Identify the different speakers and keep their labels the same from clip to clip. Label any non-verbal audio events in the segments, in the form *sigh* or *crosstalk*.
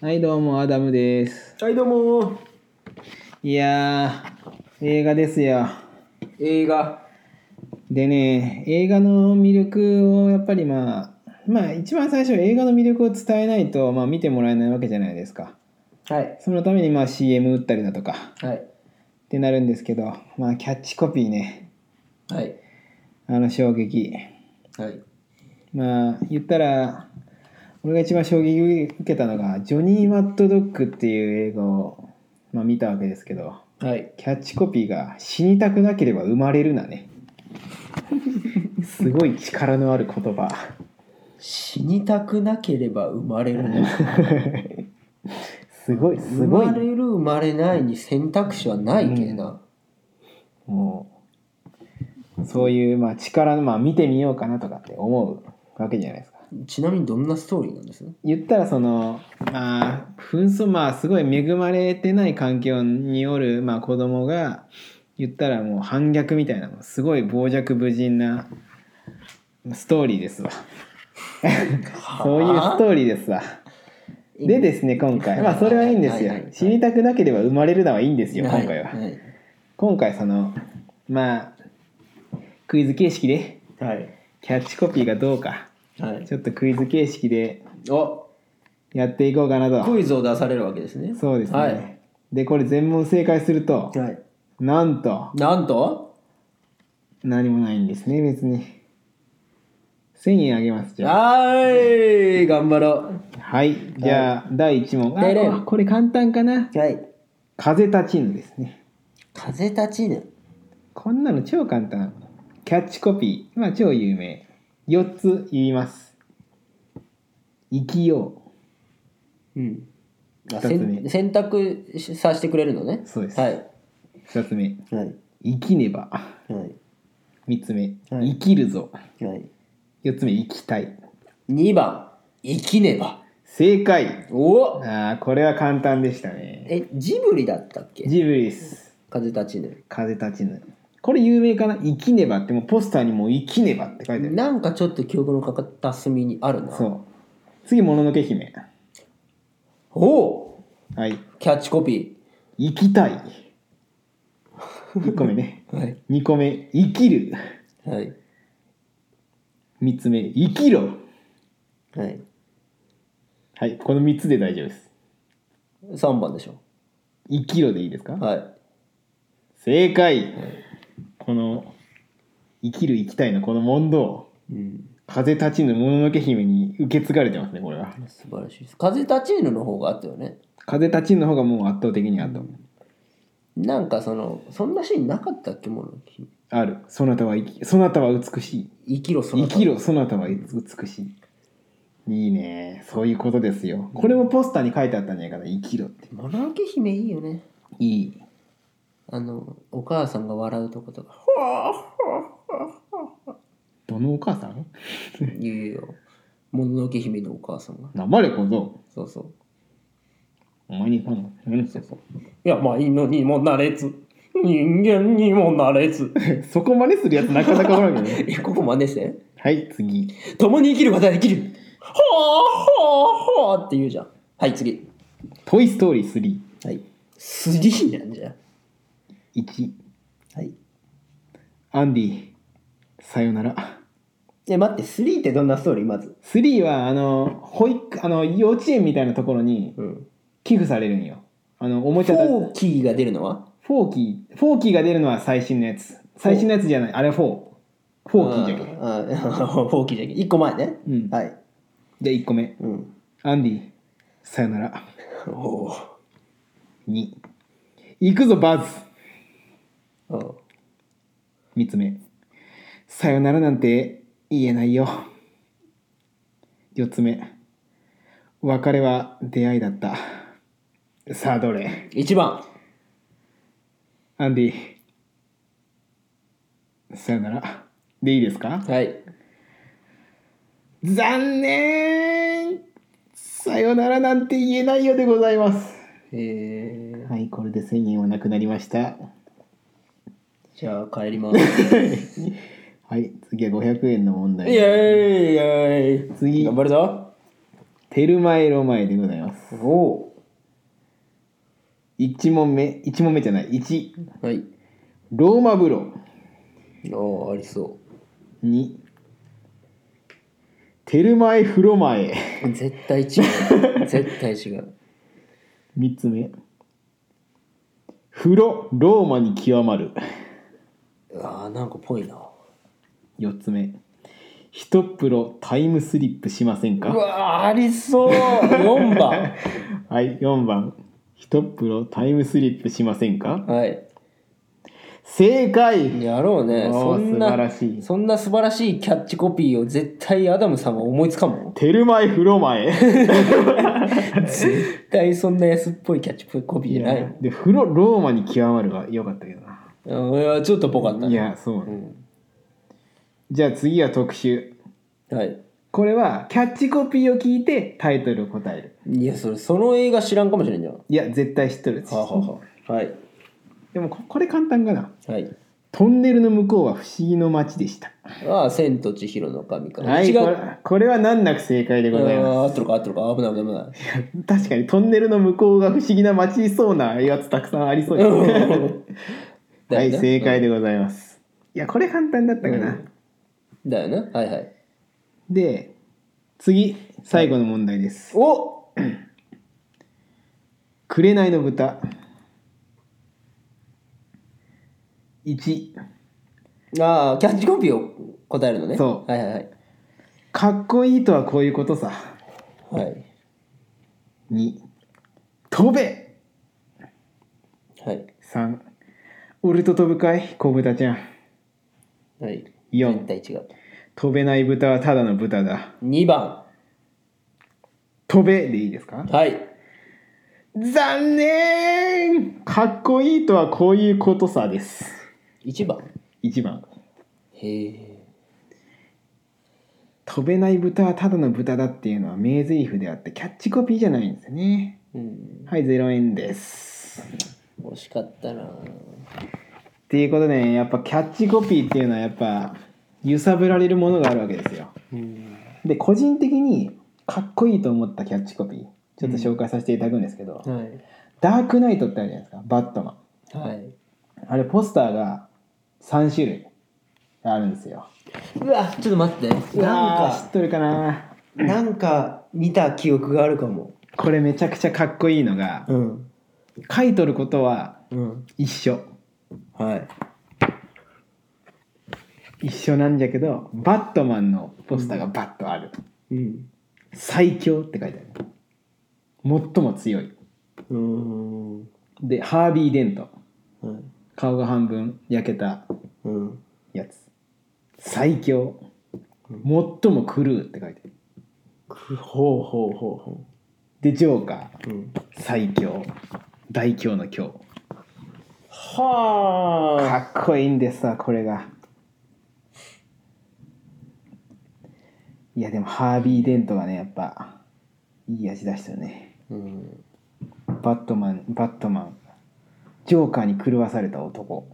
Speaker 1: はい、どうも、アダムです。
Speaker 2: はいどうも
Speaker 1: いやー、映画ですよ。
Speaker 2: 映画
Speaker 1: でね、映画の魅力をやっぱりまあ、まあ一番最初映画の魅力を伝えないと、まあ見てもらえないわけじゃないですか。
Speaker 2: はい
Speaker 1: そのためにまあ CM 打ったりだとかっ
Speaker 2: はい
Speaker 1: てなるんですけど、まあキャッチコピーね、
Speaker 2: はい
Speaker 1: あの衝撃。
Speaker 2: はい
Speaker 1: まあ言ったら、俺が一番衝撃を受けたのが、ジョニー・マッドドッグっていう映画を、まあ、見たわけですけど、
Speaker 2: はい
Speaker 1: キャッチコピーが「死にたくなければ生まれるな」ねすごい力のある言
Speaker 2: *laughs*
Speaker 1: 葉
Speaker 2: 死にたくなければ生まれるの
Speaker 1: すごい *laughs* す
Speaker 2: 生
Speaker 1: ごい
Speaker 2: まれる生まれないに選択肢はないけどな、
Speaker 1: もうそういうまあ力のまあ見てみようかなとかって思うわけじゃないですか
Speaker 2: ちなみにどんなストーリーなんです
Speaker 1: 言ったらそのまあ紛争まあすごい恵まれてない環境によるまあ子供が言ったらもう反逆みたいなすごい傍若無人なストーリーですわそういうストーリーですわでですね今回まあそれはいいんですよ
Speaker 2: はいはいはい
Speaker 1: 死にたくなければ生まれるのはいいんですよ
Speaker 2: はい
Speaker 1: 今回は
Speaker 2: はい
Speaker 1: 今回そのまあクイズ形式で
Speaker 2: はい、
Speaker 1: キャッチコピーがどうか
Speaker 2: はい、
Speaker 1: ちょっとクイズ形式で
Speaker 2: お
Speaker 1: やっていこうかなと
Speaker 2: クイズを出されるわけですね
Speaker 1: そうですね、
Speaker 2: はい、
Speaker 1: でこれ全問正解すると
Speaker 2: はい、
Speaker 1: なんと
Speaker 2: なんと
Speaker 1: 何もないんですね別に1000円あげますじゃあ
Speaker 2: はい頑張ろ
Speaker 1: はいじゃあ第1問
Speaker 2: 出れ
Speaker 1: あこれ簡単かな
Speaker 2: うはい
Speaker 1: 風立ちぬですね
Speaker 2: 風立ちぬ
Speaker 1: こんなの超簡単。キャッチコピー、まあ超有名。4つ言います。生きよ
Speaker 2: うんあ
Speaker 1: 二つ目
Speaker 2: 選選択しさせてくれるのね
Speaker 1: そうです
Speaker 2: はい、
Speaker 1: う。2つ目、
Speaker 2: はい
Speaker 1: 生きねば。
Speaker 2: はい
Speaker 1: 3つ目、
Speaker 2: はい
Speaker 1: 生きるぞ。
Speaker 2: はい、
Speaker 1: 4つ目、生きたい。
Speaker 2: 2番生きねば
Speaker 1: 正解
Speaker 2: お
Speaker 1: あーこれは簡単でしたね。
Speaker 2: えジブリだったっけ
Speaker 1: ジブリです。
Speaker 2: 風立ちぬ
Speaker 1: 風立ちぬ。これ有名かな生きねばってもうポスターにもう生きねばって書いてある。
Speaker 2: なんかちょっと記憶の片隅にあるな
Speaker 1: そう。次、もののけ姫。
Speaker 2: おお
Speaker 1: はい。
Speaker 2: キャッチコピ
Speaker 1: 生きたい。1個目ね。
Speaker 2: ーはい
Speaker 1: 2個目、生きる。
Speaker 2: はい
Speaker 1: 3つ目生きろ
Speaker 2: はい
Speaker 1: はいこの3つで大丈夫です
Speaker 2: 3番でしょ
Speaker 1: 生きろでいいですか、
Speaker 2: はい
Speaker 1: 正解、この生きる生きたいのこの問答
Speaker 2: うん
Speaker 1: 風立ちぬもののけ姫に受け継がれてますねこれは
Speaker 2: 素晴らしいです風立ちぬの方があったよね
Speaker 1: 風立ちぬの方がもう圧倒的にあと、
Speaker 2: なんかそのそんなシーンなかったっけものき
Speaker 1: あるそなたは生きそなたは美しい
Speaker 2: 生きろそ
Speaker 1: 生
Speaker 2: の
Speaker 1: きろそなたは美しいいいねそういうことですよこれもポスターに書いてあったんじゃないかな生きろって
Speaker 2: もののけ姫いいよね
Speaker 1: いい
Speaker 2: あのお母さんが笑うとことか「ほ
Speaker 1: どのお母さん
Speaker 2: ー言うよもののけ姫のお母さんが
Speaker 1: 黙れ小僧
Speaker 2: そうそう
Speaker 1: お前にこの何して
Speaker 2: いや、まあ、犬にもなれず、人間にもなれず。
Speaker 1: *laughs* そこ真似するやつなかなかおらんけどね。
Speaker 2: え、ここ真似して。
Speaker 1: はい、次。
Speaker 2: 共に生きることができる。ほーほーほーって言うじゃん。はい、次。
Speaker 1: トイ・ストーリー3。
Speaker 2: はい。スリーなんじゃん。
Speaker 1: 1、
Speaker 2: はい。
Speaker 1: アンディ、さよなら。
Speaker 2: え、待って、スリーってどんなストーリーまず。
Speaker 1: 3は、あの、保育、あの、幼稚園みたいなところに
Speaker 2: うん。
Speaker 1: 寄付されるんよ。あの、おもち
Speaker 2: フ
Speaker 1: ゃだ。
Speaker 2: ォーキーが出るのは
Speaker 1: フォーキー、フォーキーが出るのは最新のやつ。最新のやつじゃない、あれはフォー。フォーキーじゃけ。じゃ
Speaker 2: あーあーフォーキーじゃけ。一個前ね。
Speaker 1: うん
Speaker 2: はい。
Speaker 1: あ1個目。
Speaker 2: うん。
Speaker 1: アンディ、さよなら。
Speaker 2: おー
Speaker 1: 2、行くぞ、バズ。
Speaker 2: おー。
Speaker 1: 3つ目さよならなんて言えないよ4つ目別れは出会いだったさあどれ
Speaker 2: 一番。
Speaker 1: アンディさよならでいいですか
Speaker 2: はい。
Speaker 1: 残念さよならなんて言えないよでございます
Speaker 2: えー、
Speaker 1: はいこれで1000円はなくなりました
Speaker 2: じゃあ帰り *laughs* ます。
Speaker 1: はい次は500円の問題
Speaker 2: イエーイイエーイ
Speaker 1: 次
Speaker 2: 頑張るぞ。
Speaker 1: テルマエロマエでございます
Speaker 2: おお
Speaker 1: 1問目1問目じゃない1
Speaker 2: ーはい
Speaker 1: ローマ風呂
Speaker 2: ああありそ
Speaker 1: 2テルマエ風呂前
Speaker 2: う絶対違 *laughs* う絶対違う
Speaker 1: 3つ目風呂ローマに極まる
Speaker 2: あーなんかぽいな
Speaker 1: 4つ目一風呂タイムスリップしません
Speaker 2: う
Speaker 1: か
Speaker 2: わーありそう4番
Speaker 1: はい4番一風呂タイムスリップしませんか
Speaker 2: *laughs* はい
Speaker 1: 正解
Speaker 2: やろうね
Speaker 1: おー
Speaker 2: そんな
Speaker 1: 素晴らしい
Speaker 2: そんな素晴らしいキャッチコピーを絶対アダムさんは思いつかんもん
Speaker 1: テルマエ風呂前
Speaker 2: 絶対そんな安っぽいキャッチコピーじゃない
Speaker 1: で風呂ローマに極まるは良かったけどな
Speaker 2: うん俺はちょっとぽかったね
Speaker 1: いやそう、
Speaker 2: ん
Speaker 1: じゃあ次は特集
Speaker 2: はい
Speaker 1: これはキャッチコピーを聞いてタイトルを答える
Speaker 2: いやそれその映画知らんかもしれんじゃんはい
Speaker 1: や絶対知っとる
Speaker 2: あはあはあはい
Speaker 1: でもここれ簡単かな
Speaker 2: はい
Speaker 1: トンネルの向こうは不思議の街でした
Speaker 2: ああ千と千尋の神か
Speaker 1: はい
Speaker 2: 違
Speaker 1: これ
Speaker 2: う
Speaker 1: これは難なく正解でございます
Speaker 2: あー合ってるか合ってるか危ない危
Speaker 1: *laughs*
Speaker 2: ない危ない
Speaker 1: 確かにトンネルの向こうが不思議な街そうなやつたくさんありそうです *laughs* ねは
Speaker 2: だよ
Speaker 1: い
Speaker 2: な
Speaker 1: 正解でございますいやこれ簡単だったかな、
Speaker 2: うんだよなはいはい
Speaker 1: で次最後の問題です
Speaker 2: お
Speaker 1: 「紅の豚」1
Speaker 2: ああキャッチコピーを答えるのね
Speaker 1: そう
Speaker 2: はいはいはい
Speaker 1: かっこいいとはこういうことさ
Speaker 2: はい
Speaker 1: 2飛べ
Speaker 2: はい
Speaker 1: 3俺と飛ぶかい小豚ちゃん
Speaker 2: はい
Speaker 1: 4
Speaker 2: 絶対違う
Speaker 1: 飛べない豚はただの豚だ
Speaker 2: 2番
Speaker 1: 飛べでいいですか
Speaker 2: はい
Speaker 1: 残念かっこいいとはこういうことさです
Speaker 2: 1番
Speaker 1: 1番
Speaker 2: へえ
Speaker 1: 飛べない豚はただの豚だっていうのは名台詞であってキャッチコピーじゃないんですよね
Speaker 2: うん
Speaker 1: はい0円です
Speaker 2: 惜しかったな
Speaker 1: っていうことでねやっぱキャッチコピーっていうのはやっぱ揺さぶられるものがあるわけですよ
Speaker 2: うん
Speaker 1: で個人的にかっこいいと思ったキャッチコピーちょっと紹介させていただくんですけど、
Speaker 2: はい
Speaker 1: ダークナイトってあるじゃないですかバットマン
Speaker 2: はい
Speaker 1: あれポスターが3種類あるんですよ
Speaker 2: うわちょっと待って
Speaker 1: あ
Speaker 2: なん
Speaker 1: ー知
Speaker 2: か
Speaker 1: っとるかな
Speaker 2: なんか見た記憶があるかも
Speaker 1: これめちゃくちゃかっこいいのが
Speaker 2: うん
Speaker 1: 書いとることは
Speaker 2: うん
Speaker 1: 一緒
Speaker 2: はい
Speaker 1: 一緒なんじゃけどバットマンのポスターがバッとある、
Speaker 2: うん
Speaker 1: 最強って書いてある最も強い
Speaker 2: うんは
Speaker 1: でハービー・デント
Speaker 2: い
Speaker 1: 顔が半分焼けた
Speaker 2: うん
Speaker 1: やつ最強最も狂うって書いてある
Speaker 2: くほうほうほうほ
Speaker 1: でジョーカ
Speaker 2: ううん
Speaker 1: ー最強大凶の凶
Speaker 2: はあ
Speaker 1: かっこいいんですわこれがいやでもハービー・デントがねやっぱいい味出したよね
Speaker 2: うん
Speaker 1: バットマンバットマンジョーカーに狂わされた男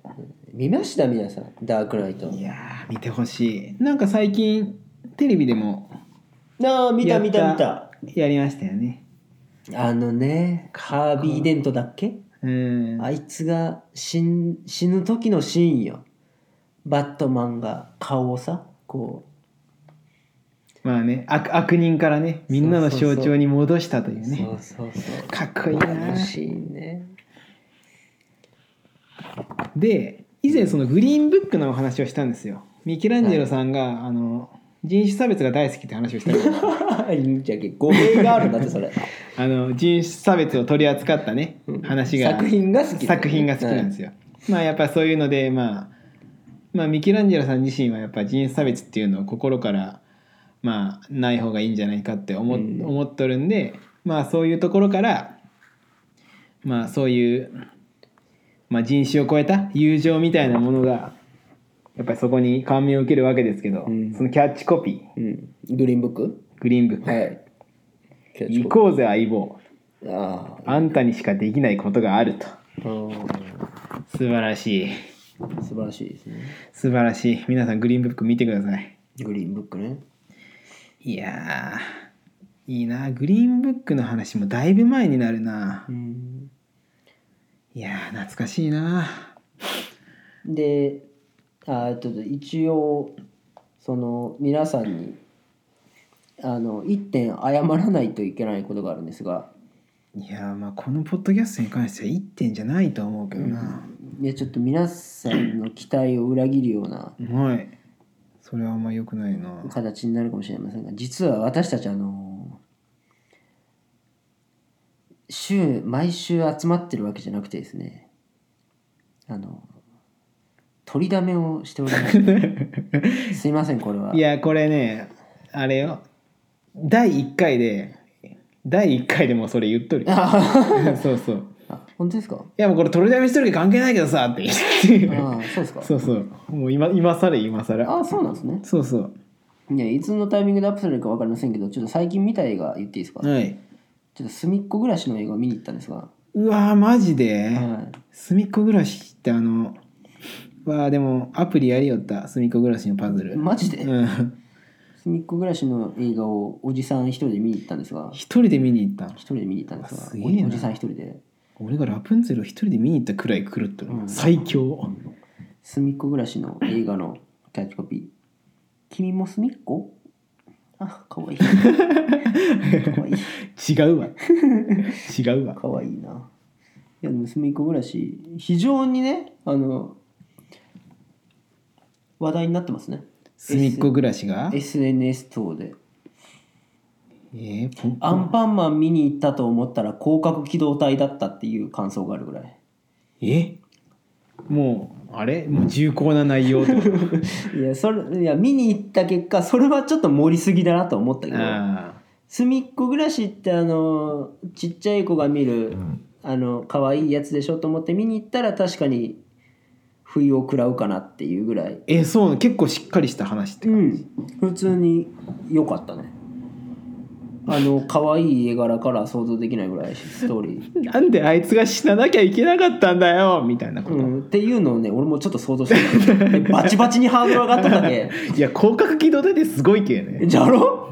Speaker 2: 見ました皆さんダークナイト
Speaker 1: いやー見てほしいなんか最近テレビでも
Speaker 2: なあ見
Speaker 1: や
Speaker 2: た
Speaker 1: った
Speaker 2: 見た見た
Speaker 1: やりましたよね
Speaker 2: あのねカービーデントだっけ
Speaker 1: うん
Speaker 2: あいつが死ん死ぬ時のシーンよバットマンが顔をさこ
Speaker 1: まあね悪悪人からねみんなの象徴に戻したという
Speaker 2: う、
Speaker 1: ね
Speaker 2: そうそうそう
Speaker 1: かっこいい
Speaker 2: あ
Speaker 1: な
Speaker 2: のシーンね
Speaker 1: で以前そのグリーンブックのお話をしたんですよミケランジェロさんが、あの人種差別が大好きって話を
Speaker 2: *laughs*
Speaker 1: したんですよ
Speaker 2: *laughs* いいんじゃけ語弊があるんだってそれ
Speaker 1: あの人種差別を取り扱ったね
Speaker 2: うん
Speaker 1: 話が
Speaker 2: 作品が好きだね
Speaker 1: 作品が好きなんですよ、まあやっぱそういうので、まあ、まあミケランジェロさん自身はやっぱ人種差別っていうのを心からまあない方がいいんじゃないかって思,、
Speaker 2: うん
Speaker 1: 思っとるんでまあそういうところからまあそういう、まあ、人種を超えた友情みたいなものがやっぱりそこに感銘を受けるわけですけど、
Speaker 2: うん
Speaker 1: そのキャッチコピー
Speaker 2: うんグリーンブック
Speaker 1: グリーンブック、
Speaker 2: はいキャッチ
Speaker 1: 行
Speaker 2: コ
Speaker 1: こうぜ相棒
Speaker 2: ピーああ
Speaker 1: あんたにしかできないことがあると
Speaker 2: うん
Speaker 1: 素晴らしい
Speaker 2: 素晴らしいですね
Speaker 1: 素晴らしい皆さんグリーンブック見てください
Speaker 2: グリーンブックね
Speaker 1: いやーいいなグリーンブックの話もだいぶ前になるな
Speaker 2: うん、
Speaker 1: いやー懐かしいな
Speaker 2: であちょっと一応その皆さんにあの一点謝らないといけないことがあるんですが
Speaker 1: いやーまあこのポッドキャストに関しては1点じゃないと思うけどな、
Speaker 2: いやちょっと皆さんの期待を裏切るような
Speaker 1: はいそれはあんま良くないな *laughs*
Speaker 2: 形になるかもしれませんが実は私たちあの週毎週集まってるわけじゃなくてですねあの取りだめをしてお
Speaker 1: *laughs*
Speaker 2: りますすいませんこれはい
Speaker 1: やこれねあれよ第1回で第1回でもうそれ言っとるよそうそう
Speaker 2: あ本当ですか
Speaker 1: いやもうこれ取りだめしとるけど関係ないけどさって言って
Speaker 2: ああそうですか
Speaker 1: そうそうもう今今更今更
Speaker 2: あそうなんですね
Speaker 1: そうそう
Speaker 2: いやいつのタイミングでアップされるか分かりませんけどちょっと最近見た映画言っていいですか、
Speaker 1: はい
Speaker 2: ちょっと隅っこ暮らしの映画を見に行ったんですが、は
Speaker 1: うわーマジで
Speaker 2: い、
Speaker 1: 隅っこ暮らしってあのわあでもアプリやりよった隅っこ暮らしのパズル
Speaker 2: マジで、
Speaker 1: うん
Speaker 2: 隅っこ暮らしの映画をおじさん一人で見に行ったんですが
Speaker 1: 一人で見に行ったの
Speaker 2: 一人で見に行ったんですが
Speaker 1: すげえな
Speaker 2: おおじさん一人で
Speaker 1: 俺がラプンツェルを一人で見に行ったくらい狂ってる、
Speaker 2: うん
Speaker 1: 最強
Speaker 2: 隅っこ暮らしの映画のキャッチコピー「君も隅っこ?」あかわいいかわいい
Speaker 1: 違
Speaker 2: *laughs*
Speaker 1: うわ違うわ
Speaker 2: かわいいないやでも隅っこ暮らし非常にねあの話題になってますね
Speaker 1: 隅っこ暮らしが
Speaker 2: SNS 等で
Speaker 1: えー、ポン
Speaker 2: アンパンマン見に行ったと思ったら広角機動隊だったっていう感想があるぐらい
Speaker 1: えもうあれもう重厚な内
Speaker 2: *laughs*
Speaker 1: 容ってこと
Speaker 2: いやそれいや見に行った結果それはちょっと盛りすぎだなと思ったけど
Speaker 1: ああ
Speaker 2: 「すみっこ暮らし」ってあのちっちゃい子が見る、あの可愛いやつでしょと思って見に行ったら確かに不意を食らうかなっていうぐらい、
Speaker 1: えそうなの結構しっかりした話って
Speaker 2: う
Speaker 1: か、
Speaker 2: ん、普通に良かったねあの可愛い絵柄から想像できないぐらいストーリー、
Speaker 1: なんであいつが死ななきゃいけなかったんだよみたいなこと、
Speaker 2: うん、っていうのをね俺もちょっと想像してたでバチバチにハードル上がっとったけ
Speaker 1: *laughs* いや広角機動隊ってすごいけ
Speaker 2: *laughs*
Speaker 1: ね
Speaker 2: じゃろ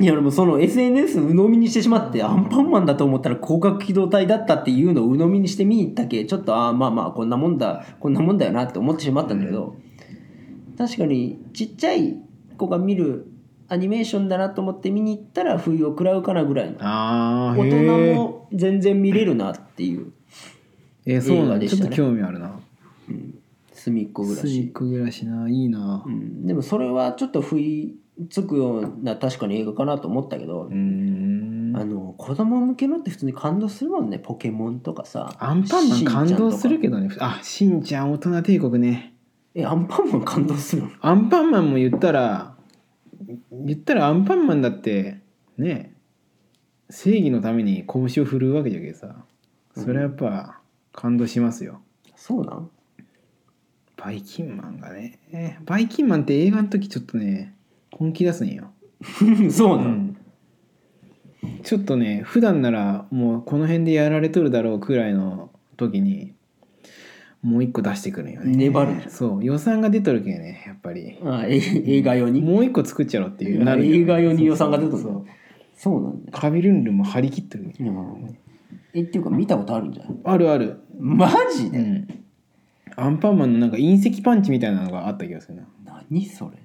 Speaker 2: いや俺もその SNS 鵜呑みにしてしまってアンパンマンだと思ったら広角機動隊だったっていうのを鵜呑みにして見に行ったけちょっとああまあまあこんなもんだこんなもんだよなって思ってしまったんだけど、確かにちっちゃい子が見るアニメーションだなと思って見に行ったら不意を食らうかなぐらいの
Speaker 1: ああ
Speaker 2: 大人も全然見れるなっていう
Speaker 1: えー、そうな
Speaker 2: 映
Speaker 1: の、
Speaker 2: 画でし
Speaker 1: ち
Speaker 2: た
Speaker 1: ょ
Speaker 2: ね
Speaker 1: っと興味あるな
Speaker 2: 隅っこ暮ら
Speaker 1: 隅っ
Speaker 2: し、
Speaker 1: こ暮らしないいな
Speaker 2: うん、でもそれはちょっと不意つくような確かに映画かなと思ったけど、
Speaker 1: うん
Speaker 2: あの子供向けのって普通に感動するもんねポケモンとかさ
Speaker 1: アンパンマン
Speaker 2: しんちゃ
Speaker 1: 感
Speaker 2: んとか
Speaker 1: 動するけどねあしんちゃん大人帝国ね
Speaker 2: えアンパンマン感動するの
Speaker 1: アンパンマンも言ったら言ったらアンパンマンだってね正義のために拳を振るうわけじゃけどさそれはやっぱ感動しますよ、
Speaker 2: そうなん
Speaker 1: *laughs* バイキンマンがねえーバイキンマンって映画の時ちょっとね本気出すんよ、
Speaker 2: そう
Speaker 1: う
Speaker 2: なん、
Speaker 1: ん、ちょっとね普段ならもうこの辺でやられとるだろうくらいの時にもう一個出してくるんよね
Speaker 2: 粘る
Speaker 1: そう予算が出とるけんねやっぱり
Speaker 2: あえ映画用に
Speaker 1: もう一個作っちゃろうっていう
Speaker 2: あ
Speaker 1: るよね
Speaker 2: 映画用に予算が出たんだ
Speaker 1: そうそう
Speaker 2: そうなんだよ
Speaker 1: カビルンルンも張り切ってるね
Speaker 2: うんえっていうか見たことあるんじゃない
Speaker 1: あるある
Speaker 2: マジ
Speaker 1: う
Speaker 2: で、
Speaker 1: んアンパンマンのなんか隕石パンチみたいなのがあった気がするな
Speaker 2: 何それ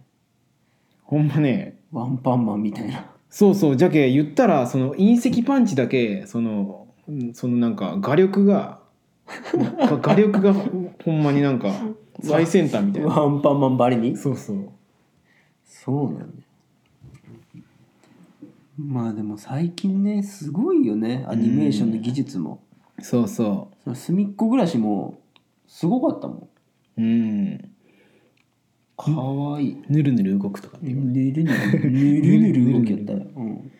Speaker 1: ほんまね
Speaker 2: ワンパンマンみたいな
Speaker 1: そうそうじゃけ言ったらその隕石パンチだけそのうんそのなんか画力がが画力がほんまになんか最先端みたいな
Speaker 2: ワンパンマンばりに
Speaker 1: そうそう
Speaker 2: そうなんだよまあでも最近ねすごいよねアニメーションの技術も、
Speaker 1: そうそ
Speaker 2: その隅っこ暮らしもすごかったもん
Speaker 1: ううん
Speaker 2: かわいい。
Speaker 1: ぬるぬる動くとかっていう
Speaker 2: ぬるぬるぬるぬる動きやったよ。うん。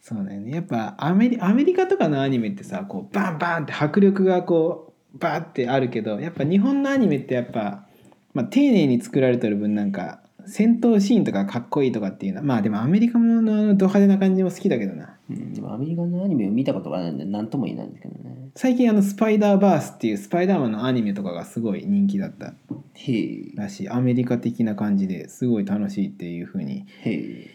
Speaker 1: そうだよねやっぱアメリアメリカとかのアニメってさこうバンバンって迫力がこうバーってあるけどやっぱ日本のアニメってやっぱ、まあ、丁寧に作られてる分なんか戦闘シーンとかかっこいいとかっていうのはまあでもアメリカものあのド派手な感じも好きだけどな
Speaker 2: うん、でもアメリカのアニメを見たことがないんで何とも言えないんですけどね。
Speaker 1: 最近あのスパイダーバースっていうスパイダーマンのアニメとかがすごい人気だった
Speaker 2: へえ
Speaker 1: らしいアメリカ的な感じですごい楽しいっていう風に
Speaker 2: へえ。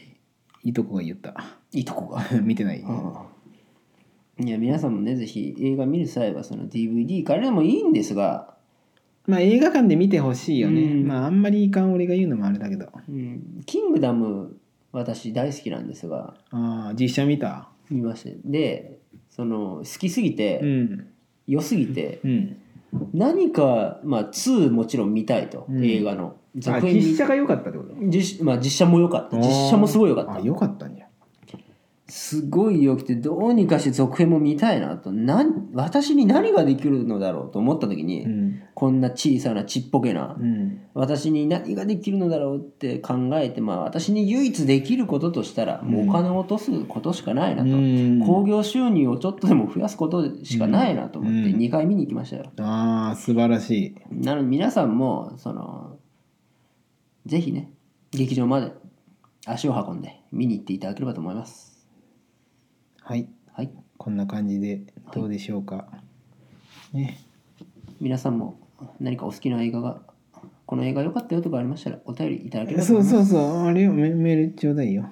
Speaker 1: いいとこが言った。 *laughs*
Speaker 2: いいとこが。
Speaker 1: 見てない。
Speaker 2: いや皆さんもねぜひ映画見る際はその DVD からでもいいんですが、
Speaker 1: まあ映画館で見てほしいよね。
Speaker 2: うん
Speaker 1: まああんまりいかん俺が言うのもあれだけど。
Speaker 2: うん、キングダム私大好きなんですが
Speaker 1: ああ、実写見た。
Speaker 2: 見ましてでその好きすぎ
Speaker 1: う
Speaker 2: て、
Speaker 1: ん。
Speaker 2: 良すぎて
Speaker 1: うん。
Speaker 2: 何か、まあ、2もちろん見たいと、
Speaker 1: うん
Speaker 2: 映画
Speaker 1: あ、
Speaker 2: の続編
Speaker 1: 実
Speaker 2: に
Speaker 1: 写が良かったってこと
Speaker 2: 実,、まあ、実写も良かった実写もすごい良かった
Speaker 1: あ、良かったんじゃ。
Speaker 2: すごい良くてどうにかして続編も見たいなとなん私に何ができるのだろうと思った時に、
Speaker 1: うん。
Speaker 2: こんな小さなちっぽけな
Speaker 1: うん。
Speaker 2: 私に何ができるのだろうって考えて、まあ、私に唯一できることとしたらもうお金を落とすことしかないなと、
Speaker 1: うん
Speaker 2: 興行収入をちょっとでも増やすことしかないなと思って
Speaker 1: うん
Speaker 2: 2回見に行きましたよ。
Speaker 1: ああ、素晴らしい。
Speaker 2: なので皆さんもそのぜひね劇場まで足を運んで見に行っていただければと思います。
Speaker 1: はい。
Speaker 2: はい、
Speaker 1: こんな感じでどうでしょうか。ね。
Speaker 2: 皆さんも何かお好きな映画がこの映画良かったよとかありましたらお便りいただければと
Speaker 1: そ
Speaker 2: 思
Speaker 1: う
Speaker 2: います。
Speaker 1: そうそう。あれよ、メメールちょうだいよ。